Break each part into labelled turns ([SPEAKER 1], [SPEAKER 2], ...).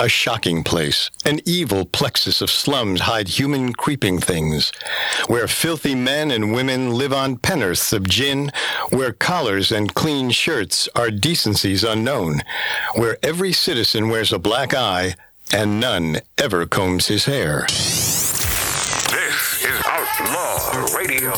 [SPEAKER 1] A shocking place, an evil plexus of slums hide human creeping things, where filthy men and women live on pen'orths of gin, where collars and clean shirts are decencies unknown, where every citizen wears a black eye and none ever combs his hair.
[SPEAKER 2] This is Outlaw Radio.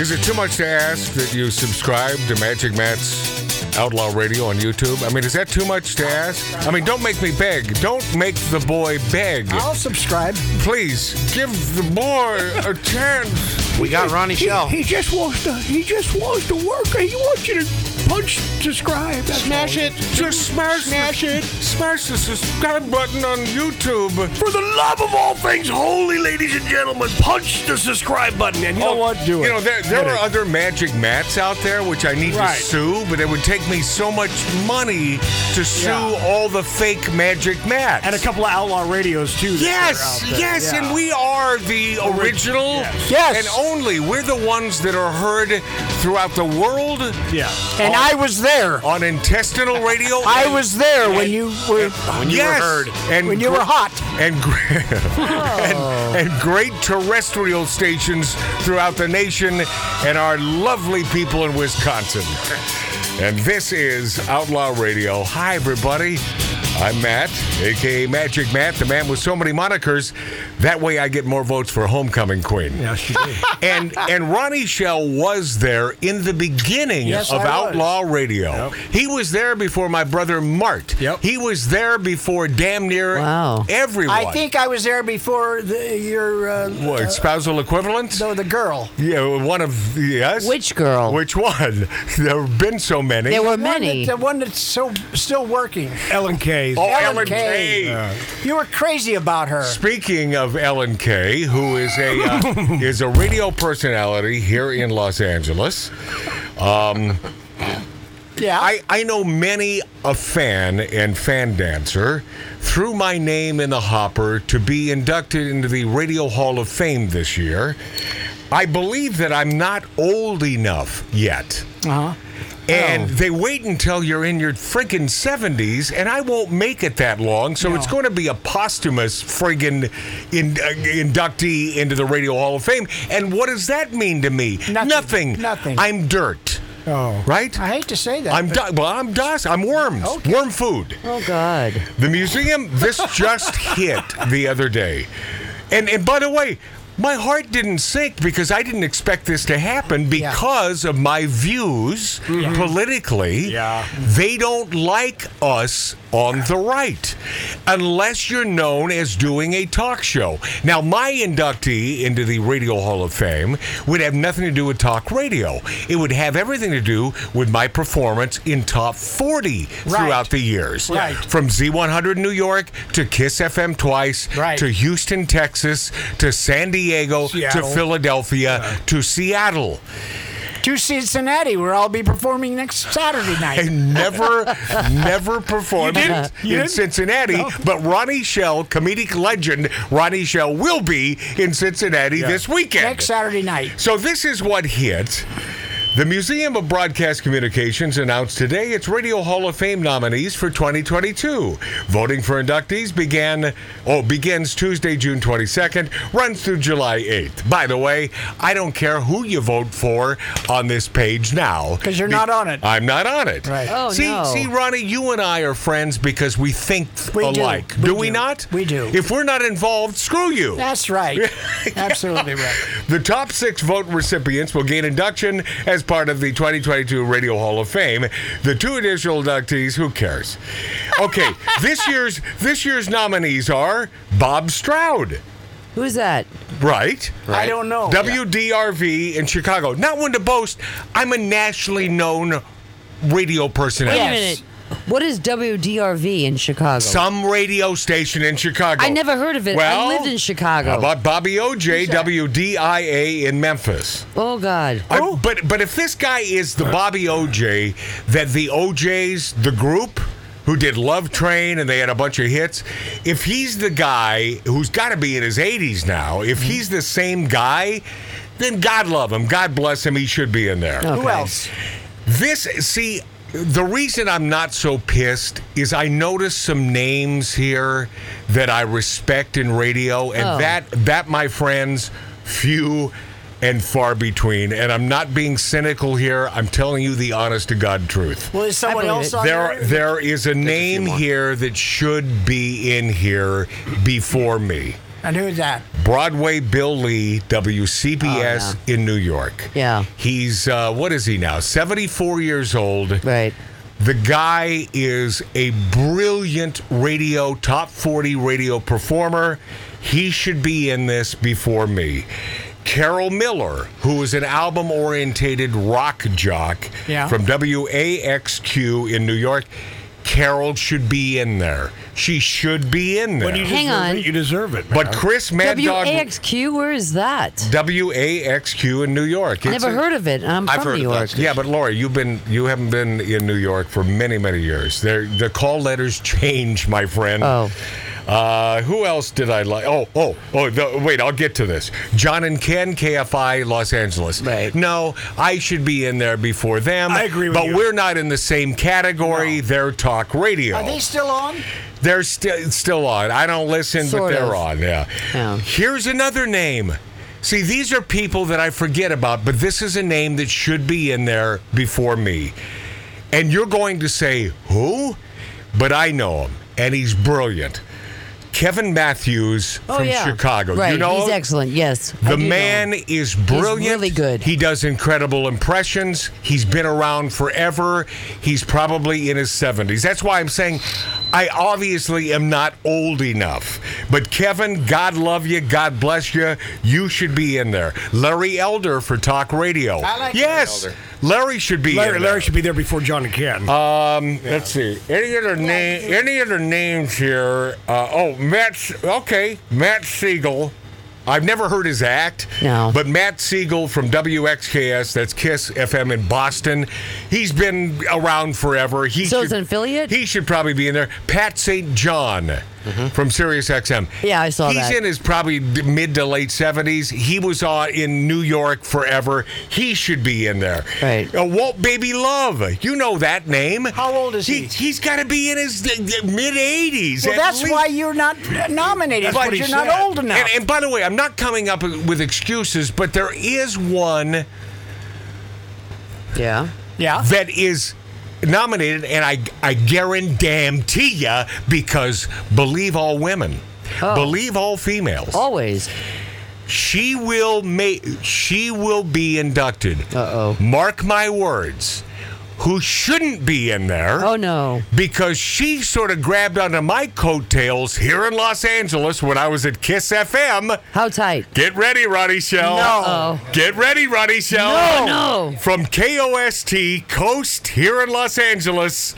[SPEAKER 3] Is it too much to ask that you subscribe to Magic Matt's Outlaw Radio on YouTube? I mean, is that too much to ask? I mean, don't make me beg. Don't make the boy beg.
[SPEAKER 4] I'll subscribe.
[SPEAKER 3] Please give the boy a chance.
[SPEAKER 5] We got Ronnie
[SPEAKER 4] He,
[SPEAKER 5] Shell.
[SPEAKER 4] he just wants to. He just wants to work. He wants you to punch, subscribe, that's
[SPEAKER 5] Smash
[SPEAKER 4] all.
[SPEAKER 5] it.
[SPEAKER 3] Just smash,
[SPEAKER 5] Smash
[SPEAKER 3] the,
[SPEAKER 5] it.
[SPEAKER 3] Smash the subscribe button on YouTube.
[SPEAKER 4] For the love of all things holy, ladies and gentlemen, punch the subscribe button. And you know what? Do it.
[SPEAKER 3] You know, there, there
[SPEAKER 4] Get
[SPEAKER 3] are
[SPEAKER 4] it.
[SPEAKER 3] other Magic Mats out there which I need
[SPEAKER 4] Right.
[SPEAKER 3] to sue, but it would take me so much money to sue
[SPEAKER 4] Yeah.
[SPEAKER 3] all the fake Magic Mats.
[SPEAKER 4] and a couple of outlaw radios too. that
[SPEAKER 3] Yes,
[SPEAKER 4] are out there.
[SPEAKER 3] yes,
[SPEAKER 4] Yeah.
[SPEAKER 3] and we are the original
[SPEAKER 6] Yes.
[SPEAKER 3] and only. We're the ones that are heard throughout the world
[SPEAKER 4] Yeah.
[SPEAKER 6] And I was there.
[SPEAKER 3] on intestinal radio.
[SPEAKER 6] I
[SPEAKER 3] and-
[SPEAKER 6] was there when you were
[SPEAKER 5] When you
[SPEAKER 3] yes,
[SPEAKER 5] were heard.
[SPEAKER 3] and
[SPEAKER 6] when you
[SPEAKER 3] gr-
[SPEAKER 6] were hot.
[SPEAKER 3] and, gr-
[SPEAKER 4] Oh.
[SPEAKER 3] and and great terrestrial stations throughout the nation, and our lovely people in Wisconsin. And this is Outlaw Radio. Hi, everybody. I'm Matt, aka Magic Matt, the man with so many monikers. That way, I get more votes for Homecoming Queen.
[SPEAKER 4] Yes, you did.
[SPEAKER 3] And and Ronnie Shell was there in the beginning
[SPEAKER 4] Yes,
[SPEAKER 3] of
[SPEAKER 4] I was.
[SPEAKER 3] Outlaw Radio. He was there before my brother Mart.
[SPEAKER 4] Yep.
[SPEAKER 3] He was there before damn near
[SPEAKER 6] Wow.
[SPEAKER 3] everyone.
[SPEAKER 6] I think I was there before the, your uh,
[SPEAKER 3] what spousal equivalent?
[SPEAKER 6] no the girl.
[SPEAKER 3] Yeah, one of yes.
[SPEAKER 7] Which girl?
[SPEAKER 3] Which one? there have been so many.
[SPEAKER 7] there were
[SPEAKER 6] The one
[SPEAKER 7] many.
[SPEAKER 6] that- the one that's so still working.
[SPEAKER 4] Ellen K's.
[SPEAKER 3] oh,
[SPEAKER 6] Ellen
[SPEAKER 3] Ellen
[SPEAKER 6] Kay.
[SPEAKER 3] Kay.
[SPEAKER 6] You were crazy about her.
[SPEAKER 3] Speaking of Ellen Kay, who is a uh, is a radio personality here in Los Angeles. um,
[SPEAKER 6] Yeah.
[SPEAKER 3] I, I know many a fan and fan dancer threw my name in the hopper to be inducted into the Radio Hall of Fame this year. I believe that I'm not old enough yet.
[SPEAKER 6] uh-huh.
[SPEAKER 3] And they wait until you're in your friggin' 70s, and I won't make it that long. So it's going to be a posthumous friggin' in, uh, inductee into the Radio Hall of Fame. And what does that mean to me?
[SPEAKER 6] Nothing.
[SPEAKER 3] Nothing.
[SPEAKER 6] Nothing.
[SPEAKER 3] I'm dirt.
[SPEAKER 4] Oh.
[SPEAKER 3] Right?
[SPEAKER 6] I hate to say that.
[SPEAKER 3] I'm
[SPEAKER 6] but-
[SPEAKER 3] du- well, I'm dust. I'm worms. Worm food.
[SPEAKER 7] oh God.
[SPEAKER 3] The museum. This just hit the other day, and and by the way. My heart didn't sink because I didn't expect this to happen because of my views politically.
[SPEAKER 4] Yeah.
[SPEAKER 3] They don't like us on the right unless you're known as doing a talk show. Now, my inductee into the Radio Hall of Fame would have nothing to do with talk radio, it would have everything to do with my performance in top 40 throughout the years.
[SPEAKER 6] Right.
[SPEAKER 3] From Z100 New York to Kiss FM twice
[SPEAKER 6] Right.
[SPEAKER 3] to Houston, Texas to San Diego
[SPEAKER 4] Seattle.
[SPEAKER 3] to Philadelphia to Seattle.
[SPEAKER 6] to Cincinnati, where I'll be performing next Saturday
[SPEAKER 3] I
[SPEAKER 6] night.
[SPEAKER 3] never, never performed in,
[SPEAKER 4] You
[SPEAKER 3] in
[SPEAKER 4] didn't?
[SPEAKER 3] Cincinnati, but Ronnie Shell, comedic legend Ronnie Shell, will be in Cincinnati this weekend.
[SPEAKER 6] next Saturday night.
[SPEAKER 3] So this is what hit. The Museum of Broadcast Communications announced today its Radio Hall of Fame nominees for 2022. Voting for inductees began oh begins Tuesday, June 22nd, runs through July 8th. By the way, I don't care who you vote for on this page now
[SPEAKER 6] 'Cause you're not on it.
[SPEAKER 3] I'm not on it.
[SPEAKER 6] Right.
[SPEAKER 7] Oh,
[SPEAKER 3] see,
[SPEAKER 7] no.
[SPEAKER 3] see, Ronnie, you and I are friends because we think
[SPEAKER 6] We do.
[SPEAKER 3] alike.
[SPEAKER 6] We
[SPEAKER 3] Do we
[SPEAKER 6] do.
[SPEAKER 3] not?
[SPEAKER 6] We do.
[SPEAKER 3] If we're not involved, screw you.
[SPEAKER 6] That's right. Absolutely right.
[SPEAKER 3] The top six vote recipients will gain induction as part of the 2022 Radio Hall of Fame. The two additional inductees, who cares? Okay, this year's this year's nominees are Bob Stroud,
[SPEAKER 7] Who's that?
[SPEAKER 3] right?
[SPEAKER 6] I don't know.
[SPEAKER 3] WDRV in Chicago. Not one to boast. I'm a nationally known radio
[SPEAKER 7] Wait
[SPEAKER 3] personality.
[SPEAKER 7] a minute. What is WDRV in Chicago?
[SPEAKER 3] Some radio station in Chicago.
[SPEAKER 7] I never heard of it. I
[SPEAKER 3] Well,
[SPEAKER 7] lived in Chicago.
[SPEAKER 3] How about Bobby OJ, WDIA in Memphis?
[SPEAKER 7] oh God.
[SPEAKER 3] I- but but if this guy is the Bobby OJ that the OJs, the group who did Love Train and they had a bunch of hits, if he's the guy who's got to be in his 80s now, if he's the same guy, then God love him, God bless him, he should be in there.
[SPEAKER 7] Okay.
[SPEAKER 6] Who else?
[SPEAKER 3] This, see, the reason I'm not so pissed is I noticed some names here that I respect in radio, and
[SPEAKER 7] Oh.
[SPEAKER 3] that that my friends, few and far between. And I'm not being cynical here. I'm telling you the honest to God truth.
[SPEAKER 6] Well, is someone
[SPEAKER 7] believe
[SPEAKER 6] else
[SPEAKER 7] it.
[SPEAKER 6] on
[SPEAKER 3] There, are-
[SPEAKER 6] there?
[SPEAKER 3] there is a name here that should be in here before me.
[SPEAKER 6] And who's that?
[SPEAKER 3] Broadway Bill Lee, WCBS
[SPEAKER 7] Oh,
[SPEAKER 3] in New York.
[SPEAKER 7] Yeah.
[SPEAKER 3] He's, uh, what is he now? 74 years old.
[SPEAKER 7] Right.
[SPEAKER 3] The guy is a brilliant radio, top 40 radio performer. He should be in this before me. Carol Miller, who is an album oriented rock jock
[SPEAKER 6] Yeah.
[SPEAKER 3] from WAXQ in New York. Carol should be in there. She should be in there.
[SPEAKER 4] But you
[SPEAKER 7] Hang
[SPEAKER 4] deserve
[SPEAKER 7] on.
[SPEAKER 4] It. You deserve it, man.
[SPEAKER 3] but Chris Mad Dog
[SPEAKER 7] WAXQ, where is that?
[SPEAKER 3] WAXQ in New York. It's
[SPEAKER 7] Never
[SPEAKER 3] a-
[SPEAKER 7] heard of it. I'm
[SPEAKER 5] I've
[SPEAKER 7] from
[SPEAKER 5] heard
[SPEAKER 7] New
[SPEAKER 5] of that
[SPEAKER 7] York.
[SPEAKER 5] station.
[SPEAKER 3] Yeah, but Lori, you've been you haven't been in New York for many many years. Their the call letters change, my friend.
[SPEAKER 7] Oh.
[SPEAKER 3] Uh, who else did I like? Oh, oh, oh! The, wait, I'll get to this. John and Ken, KFI, Los Angeles.
[SPEAKER 7] Right.
[SPEAKER 3] No, I should be in there before them.
[SPEAKER 4] I agree with
[SPEAKER 3] but
[SPEAKER 4] you.
[SPEAKER 3] But we're not in the same category. They're talk radio.
[SPEAKER 6] Are they still on?
[SPEAKER 3] They're still still on. I don't listen,
[SPEAKER 7] Sort
[SPEAKER 3] but they're
[SPEAKER 7] of.
[SPEAKER 3] on. Yeah.
[SPEAKER 7] Yeah.
[SPEAKER 3] Here's another name. See, these are people that I forget about, but this is a name that should be in there before me. And you're going to say who? But I know him, and he's brilliant. Kevin Matthews
[SPEAKER 7] Oh,
[SPEAKER 3] from
[SPEAKER 7] yeah.
[SPEAKER 3] Chicago.
[SPEAKER 7] Right.
[SPEAKER 3] You know
[SPEAKER 7] He's
[SPEAKER 3] him?
[SPEAKER 7] excellent. Yes. I
[SPEAKER 3] The
[SPEAKER 7] do know
[SPEAKER 3] man
[SPEAKER 7] him.
[SPEAKER 3] is brilliant.
[SPEAKER 7] really good.
[SPEAKER 3] He does incredible impressions. He's been around forever. He's probably in his 70s. That's why I'm saying I obviously am not old enough. But Kevin, God love you. God bless you. You should be in there. Larry Elder for talk radio.
[SPEAKER 6] I like
[SPEAKER 3] yes.
[SPEAKER 5] Larry
[SPEAKER 3] Larry should be
[SPEAKER 4] Larry,
[SPEAKER 3] in there.
[SPEAKER 4] Larry should be there before John and Ken.
[SPEAKER 3] Let's see. Any other name? Any other names here? Uh, oh, Matt. S- Okay, Matt Siegel. I've never heard his act.
[SPEAKER 7] No.
[SPEAKER 3] But Matt Siegel from WXKS, that's Kiss FM in Boston. He's been around forever. He
[SPEAKER 7] So
[SPEAKER 3] should,
[SPEAKER 7] it's an affiliate? Mm-hmm.
[SPEAKER 3] He should probably be in there. Pat St. John from Sirius XM.
[SPEAKER 7] Yeah, I saw
[SPEAKER 3] He's
[SPEAKER 7] that.
[SPEAKER 3] in his probably d- mid to late 70s. He was on in New York forever. He should be in there.
[SPEAKER 7] Right.
[SPEAKER 3] Uh, Walt Baby Love. You know that name.
[SPEAKER 6] How old is he?
[SPEAKER 3] He's got to be in his mid 80s.
[SPEAKER 6] Well, that's why you're not nominated.
[SPEAKER 3] But
[SPEAKER 6] Because you're
[SPEAKER 3] he
[SPEAKER 6] not
[SPEAKER 3] said-
[SPEAKER 6] old enough.
[SPEAKER 3] And, and by the way, I'm not coming up with excuses, but there is one
[SPEAKER 7] Yeah.
[SPEAKER 6] yeah.
[SPEAKER 3] that is nominated, and I I guarantee ya because believe all women,
[SPEAKER 7] Oh.
[SPEAKER 3] believe all females.
[SPEAKER 6] Oh.
[SPEAKER 7] Always.
[SPEAKER 3] She will make. She will be inducted. Uh oh. Mark my words. Who shouldn't be in there?
[SPEAKER 7] Oh, no.
[SPEAKER 3] because she sort of grabbed onto my coattails here in Los Angeles when I was at Kiss FM.
[SPEAKER 7] How tight?
[SPEAKER 3] Get ready, Roddy Shell.
[SPEAKER 7] No.
[SPEAKER 3] Get ready, Roddy Shell.
[SPEAKER 7] No. No.
[SPEAKER 3] From KOST Coast here in Los Angeles,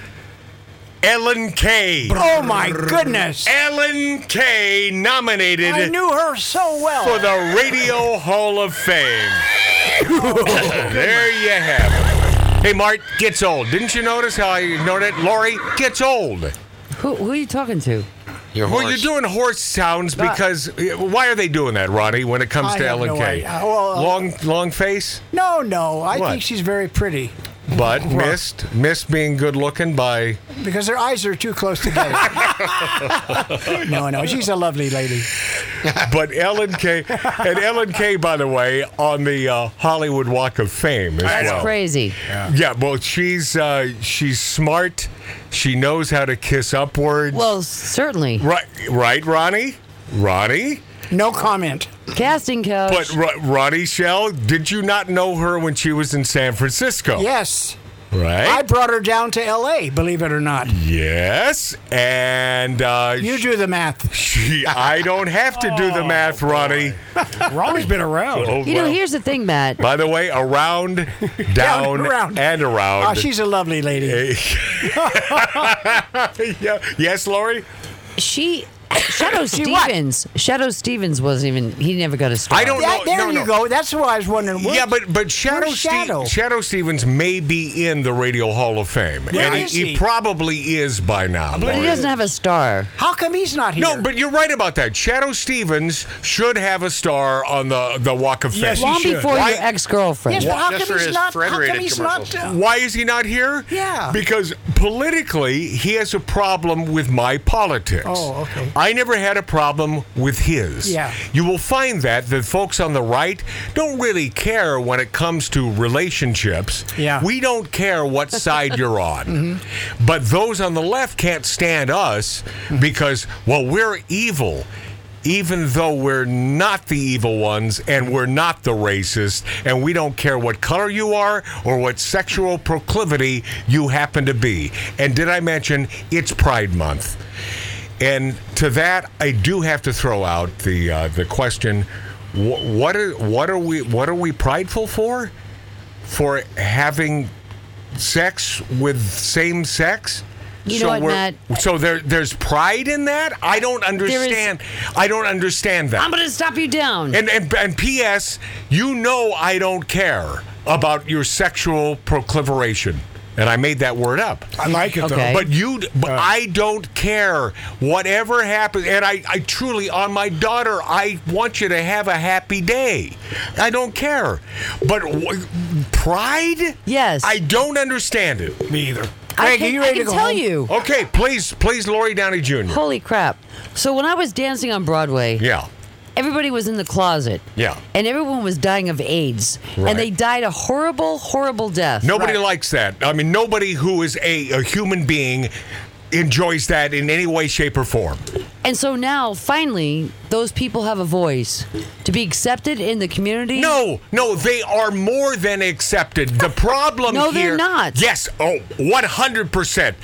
[SPEAKER 3] Ellen K.
[SPEAKER 6] Oh my goodness!
[SPEAKER 3] Ellen K. nominated
[SPEAKER 6] I knew her so well.
[SPEAKER 3] for the Radio Hall of Fame. there you have it. Hey, Mart gets old. Didn't you notice how I ignored it? Lori gets old.
[SPEAKER 7] Who, who are you talking to?
[SPEAKER 5] Your
[SPEAKER 3] Well,
[SPEAKER 5] horse.
[SPEAKER 3] you're doing horse sounds because why are they doing that, Ronnie? When it comes
[SPEAKER 6] I
[SPEAKER 3] to
[SPEAKER 6] have
[SPEAKER 3] Ellen
[SPEAKER 6] no
[SPEAKER 3] Kay,
[SPEAKER 6] idea. Uh, well, uh,
[SPEAKER 3] long long face,
[SPEAKER 6] no, no. I
[SPEAKER 3] What?
[SPEAKER 6] think she's very pretty
[SPEAKER 3] but missed missed being good looking by.
[SPEAKER 6] because her eyes are too close together. no, no. She's a lovely lady.
[SPEAKER 3] But Ellen Kay and Ellen Kay, by the way, on the uh, Hollywood Walk of Fame as
[SPEAKER 7] That's
[SPEAKER 3] well.
[SPEAKER 7] crazy.
[SPEAKER 3] Yeah, well, she's uh, she's smart. She knows how to kiss upwards.
[SPEAKER 7] Well, certainly.
[SPEAKER 3] right, right, Ronnie, Ronnie.
[SPEAKER 6] No comment.
[SPEAKER 7] Casting couch.
[SPEAKER 3] But Ro- Ronnie Shell, did you not know her when she was in San Francisco?
[SPEAKER 6] Yes,
[SPEAKER 3] right.
[SPEAKER 6] I brought her down to L.A. Believe it or not.
[SPEAKER 3] Yes, and uh,
[SPEAKER 6] You do the math.
[SPEAKER 3] she, I don't have to do the math, Ronnie.
[SPEAKER 4] Ronnie's been around.
[SPEAKER 3] Oh,
[SPEAKER 7] you know,
[SPEAKER 3] well.
[SPEAKER 7] here's the thing, Matt.
[SPEAKER 3] By the way, around, down,
[SPEAKER 6] around.
[SPEAKER 3] and around.
[SPEAKER 6] Oh, she's a lovely lady.
[SPEAKER 3] Yeah. Yes, Lori.
[SPEAKER 7] She Shadow
[SPEAKER 6] what?
[SPEAKER 7] Stevens. Shadow Stevens wasn't even. He never got a star.
[SPEAKER 3] I don't
[SPEAKER 6] That,
[SPEAKER 3] know.
[SPEAKER 6] there
[SPEAKER 3] no,
[SPEAKER 6] you
[SPEAKER 3] no.
[SPEAKER 6] go. That's what I was wondering. What-
[SPEAKER 3] Yeah, but but Shadow,
[SPEAKER 6] Where's
[SPEAKER 3] Ste-
[SPEAKER 6] Shadow?
[SPEAKER 3] Shadow Stevens may be in the Radio Hall of Fame,
[SPEAKER 6] Where
[SPEAKER 3] and
[SPEAKER 6] is
[SPEAKER 3] he,
[SPEAKER 6] he?
[SPEAKER 3] probably is by now.
[SPEAKER 7] But he
[SPEAKER 3] Lauren.
[SPEAKER 7] doesn't have a star.
[SPEAKER 6] how come he's not here?
[SPEAKER 3] No, but you're right about that. Shadow Stevens should have a star on the, the Walk of Fame.
[SPEAKER 4] Yes, he
[SPEAKER 7] Long
[SPEAKER 4] should.
[SPEAKER 7] before
[SPEAKER 3] Why-
[SPEAKER 7] your ex girlfriend.
[SPEAKER 6] yes, but how
[SPEAKER 5] Just
[SPEAKER 6] come
[SPEAKER 5] for
[SPEAKER 6] he's
[SPEAKER 5] his
[SPEAKER 6] not? How come
[SPEAKER 5] Frederated
[SPEAKER 6] he's not?
[SPEAKER 5] commercials.
[SPEAKER 3] Why is he not here?
[SPEAKER 6] Yeah.
[SPEAKER 3] Because politically, he has a problem with my politics.
[SPEAKER 6] Oh, okay.
[SPEAKER 3] I never had a problem with his.
[SPEAKER 6] Yeah.
[SPEAKER 3] You will find that the folks on the right don't really care when it comes to relationships.
[SPEAKER 6] Yeah.
[SPEAKER 3] We don't care what side you're on. But those on the left can't stand us because, well, we're evil. Even though we're not the evil ones and we're not the racist, and we don't care what color you are or what sexual proclivity you happen to be. And did I mention it's Pride Month? And to that, I do have to throw out the uh, the question: wh- what are what are we what are we prideful for? For having sex with same sex?
[SPEAKER 7] You know what,
[SPEAKER 3] we're-
[SPEAKER 7] Matt?
[SPEAKER 3] So there, there's pride in that. I don't
[SPEAKER 7] is-
[SPEAKER 3] understand. I don't understand that.
[SPEAKER 7] I'm gonna stop you down.
[SPEAKER 3] and, and and P.S. You know I don't care about your sexual procliveration, and I made that word up.
[SPEAKER 4] I like it
[SPEAKER 7] Okay.
[SPEAKER 4] though.
[SPEAKER 3] But you, but
[SPEAKER 7] Uh.
[SPEAKER 3] I don't care. Whatever happens, and I, I truly, on my daughter, I want you to have a happy day. I don't care. But w- pride?
[SPEAKER 7] Yes.
[SPEAKER 3] I don't understand it.
[SPEAKER 4] Me either.
[SPEAKER 7] I
[SPEAKER 6] Frank,
[SPEAKER 7] can,
[SPEAKER 6] are you
[SPEAKER 7] I
[SPEAKER 6] ready
[SPEAKER 7] can
[SPEAKER 6] to go
[SPEAKER 7] tell
[SPEAKER 6] home?
[SPEAKER 7] you.
[SPEAKER 3] Okay, please, please, Lori Downey Jr.
[SPEAKER 7] Holy crap. So when I was dancing on Broadway,
[SPEAKER 3] Yeah.
[SPEAKER 7] everybody was in the closet.
[SPEAKER 3] Yeah.
[SPEAKER 7] And everyone was dying of AIDS.
[SPEAKER 3] Right.
[SPEAKER 7] And they died a horrible, horrible death.
[SPEAKER 3] Nobody likes that. I mean, nobody who is a, a human being enjoys that in any way, shape, or form.
[SPEAKER 7] And so now, finally, those people have a voice to be accepted in the community.
[SPEAKER 3] No, no, they are more than accepted. The problem
[SPEAKER 7] No, they're
[SPEAKER 3] here,
[SPEAKER 7] not.
[SPEAKER 3] Yes, oh, one hundred percent.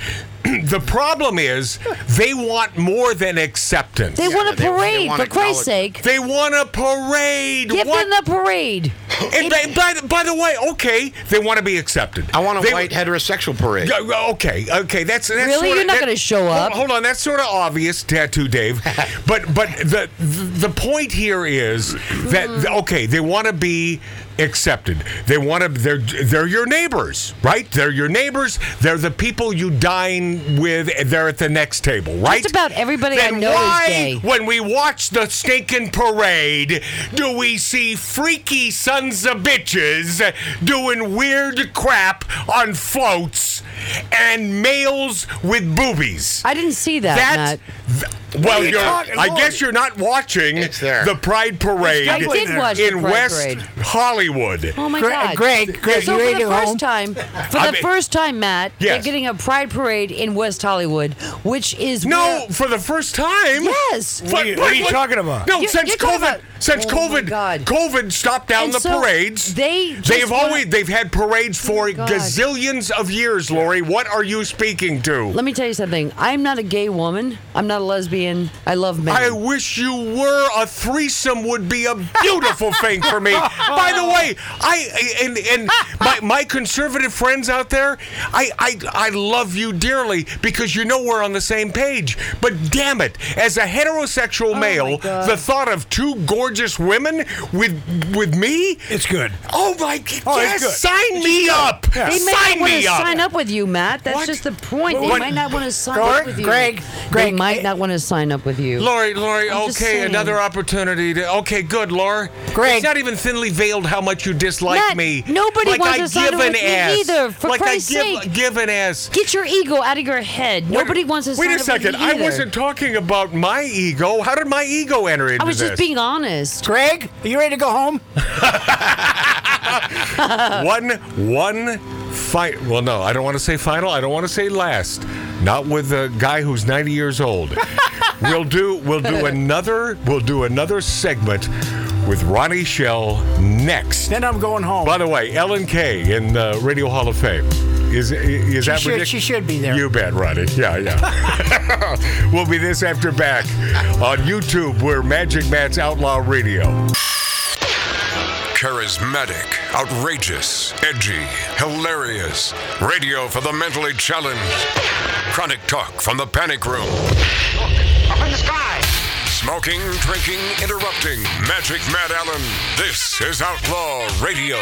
[SPEAKER 3] The problem is they want more than acceptance.
[SPEAKER 7] They
[SPEAKER 3] They,
[SPEAKER 7] want a
[SPEAKER 5] they- they
[SPEAKER 7] parade,
[SPEAKER 5] want
[SPEAKER 7] for Christ's
[SPEAKER 5] acknowledge-
[SPEAKER 7] sake.
[SPEAKER 3] want a parade.
[SPEAKER 7] Give
[SPEAKER 3] what?
[SPEAKER 7] them the parade.
[SPEAKER 3] and by, by, the- by the way, okay, they want to be accepted.
[SPEAKER 5] I want a
[SPEAKER 3] They-
[SPEAKER 5] white heterosexual parade.
[SPEAKER 3] Yeah, well, Okay, okay, that's, that's
[SPEAKER 7] Really?
[SPEAKER 3] sorta-
[SPEAKER 7] You're not
[SPEAKER 3] that-
[SPEAKER 7] gonna show
[SPEAKER 3] Hold-
[SPEAKER 7] up?
[SPEAKER 3] Hold, on, that's sort of obvious, tattoo Dave. but but the the point here is that
[SPEAKER 7] Mm-hmm.
[SPEAKER 3] okay, they want to be accepted. They want to. They're they're your neighbors, right? They're your neighbors. They're the people you dine with. and They're at the next table, right?
[SPEAKER 7] about everybody I
[SPEAKER 3] Then
[SPEAKER 7] know is
[SPEAKER 3] why,
[SPEAKER 7] gay.
[SPEAKER 3] when we watch the stinking parade, do we see freaky sons of bitches doing weird crap on floats and males with boobies?
[SPEAKER 7] I didn't see that, Matt.
[SPEAKER 3] th- well,
[SPEAKER 5] are you
[SPEAKER 3] you're,
[SPEAKER 5] talking
[SPEAKER 3] I
[SPEAKER 5] about?
[SPEAKER 3] guess you're not watching
[SPEAKER 5] It's there.
[SPEAKER 3] the Pride Parade
[SPEAKER 7] I did watch the
[SPEAKER 3] in
[SPEAKER 7] Pride
[SPEAKER 3] West
[SPEAKER 7] Parade.
[SPEAKER 3] Hollywood.
[SPEAKER 7] Oh my
[SPEAKER 6] Gre-
[SPEAKER 7] God,
[SPEAKER 6] Greg, Greg,
[SPEAKER 7] so
[SPEAKER 6] you
[SPEAKER 7] for
[SPEAKER 6] ready
[SPEAKER 7] the
[SPEAKER 6] to go
[SPEAKER 7] first
[SPEAKER 6] home?
[SPEAKER 7] time, for
[SPEAKER 3] I
[SPEAKER 7] the
[SPEAKER 3] mean-
[SPEAKER 7] first time, Matt,
[SPEAKER 3] Yes.
[SPEAKER 7] they're getting a pride parade in West Hollywood, which is
[SPEAKER 3] No,
[SPEAKER 7] where-
[SPEAKER 3] for the first time.
[SPEAKER 7] yes,
[SPEAKER 3] What,
[SPEAKER 4] you- what are you talking about?
[SPEAKER 3] No,
[SPEAKER 7] You-
[SPEAKER 3] since
[SPEAKER 7] you're talking
[SPEAKER 3] COVID,
[SPEAKER 7] about-
[SPEAKER 3] since
[SPEAKER 7] Oh my
[SPEAKER 3] COVID,
[SPEAKER 7] God.
[SPEAKER 3] COVID stopped down
[SPEAKER 7] And
[SPEAKER 3] the
[SPEAKER 7] so
[SPEAKER 3] parades.
[SPEAKER 7] they just
[SPEAKER 3] they've
[SPEAKER 7] wanna- Oh
[SPEAKER 3] always they've had parades for
[SPEAKER 7] my God.
[SPEAKER 3] gazillions of years, Lori. What are you speaking to?
[SPEAKER 7] Let me tell you something. I'm not a gay woman. I'm not a lesbian. I love men.
[SPEAKER 3] I wish you were. A threesome would be a beautiful thing for me. By the way, I and and my, my conservative friends out there, I, I I love you dearly because you know we're on the same page. But damn it, as a
[SPEAKER 4] Oh
[SPEAKER 3] heterosexual male,
[SPEAKER 7] God.
[SPEAKER 3] the thought of two gorgeous women with with me.
[SPEAKER 4] It's good.
[SPEAKER 3] Oh my!
[SPEAKER 4] Oh, it's
[SPEAKER 3] yes,
[SPEAKER 4] good.
[SPEAKER 3] sign me up.
[SPEAKER 7] they may
[SPEAKER 3] Sign
[SPEAKER 7] not want
[SPEAKER 3] me
[SPEAKER 7] to
[SPEAKER 3] up.
[SPEAKER 7] sign up with you, Matt. That's
[SPEAKER 3] What?
[SPEAKER 7] just the point. They
[SPEAKER 3] What-
[SPEAKER 7] might not want to sign
[SPEAKER 6] Greg,
[SPEAKER 7] up with you.
[SPEAKER 6] Greg,
[SPEAKER 7] they
[SPEAKER 6] Greg,
[SPEAKER 7] might
[SPEAKER 6] eh,
[SPEAKER 7] not want to sign up with you.
[SPEAKER 3] Lori, Lori,
[SPEAKER 7] I'm just
[SPEAKER 3] okay,
[SPEAKER 7] saying.
[SPEAKER 3] another opportunity to. Okay, good, Lori.
[SPEAKER 6] Greg.
[SPEAKER 3] It's not even thinly veiled how much you dislike
[SPEAKER 7] Matt,
[SPEAKER 3] me.
[SPEAKER 7] nobody
[SPEAKER 3] like
[SPEAKER 7] wants
[SPEAKER 3] I
[SPEAKER 7] to sign
[SPEAKER 3] give
[SPEAKER 7] up
[SPEAKER 3] an
[SPEAKER 7] with me
[SPEAKER 3] ass.
[SPEAKER 7] either, for
[SPEAKER 3] like
[SPEAKER 7] Christ's
[SPEAKER 3] I give,
[SPEAKER 7] sake.
[SPEAKER 3] give an ass.
[SPEAKER 7] Get your ego out of your head. Nobody wants to sign
[SPEAKER 3] Wait a
[SPEAKER 7] up with
[SPEAKER 3] second.
[SPEAKER 7] you
[SPEAKER 3] I
[SPEAKER 7] either.
[SPEAKER 3] wasn't talking about my ego. How did my ego enter into
[SPEAKER 7] I was just
[SPEAKER 3] this?
[SPEAKER 7] being honest.
[SPEAKER 6] Greg, are you ready to go home?
[SPEAKER 3] one one fight. Well, no, I don't want to say final. I don't want to say last. Not with a guy who's 90 years old. we'll do we'll do another we'll do another segment with Ronnie Shell next.
[SPEAKER 6] Then I'm going home.
[SPEAKER 3] By the way, Ellen Kay in the Radio Hall of Fame. Is is that
[SPEAKER 6] should-
[SPEAKER 3] ridiculous?
[SPEAKER 6] she should be there.
[SPEAKER 3] You bet, Ronnie. Yeah, yeah. we'll be this after back on YouTube. We're Magic Matt's Outlaw Radio.
[SPEAKER 2] Charismatic, outrageous, edgy, hilarious. Radio for the mentally challenged. Chronic talk from the panic room.
[SPEAKER 8] Look, up in the sky.
[SPEAKER 3] Smoking, drinking, interrupting. Magic Matt Allen. This is Outlaw Radio.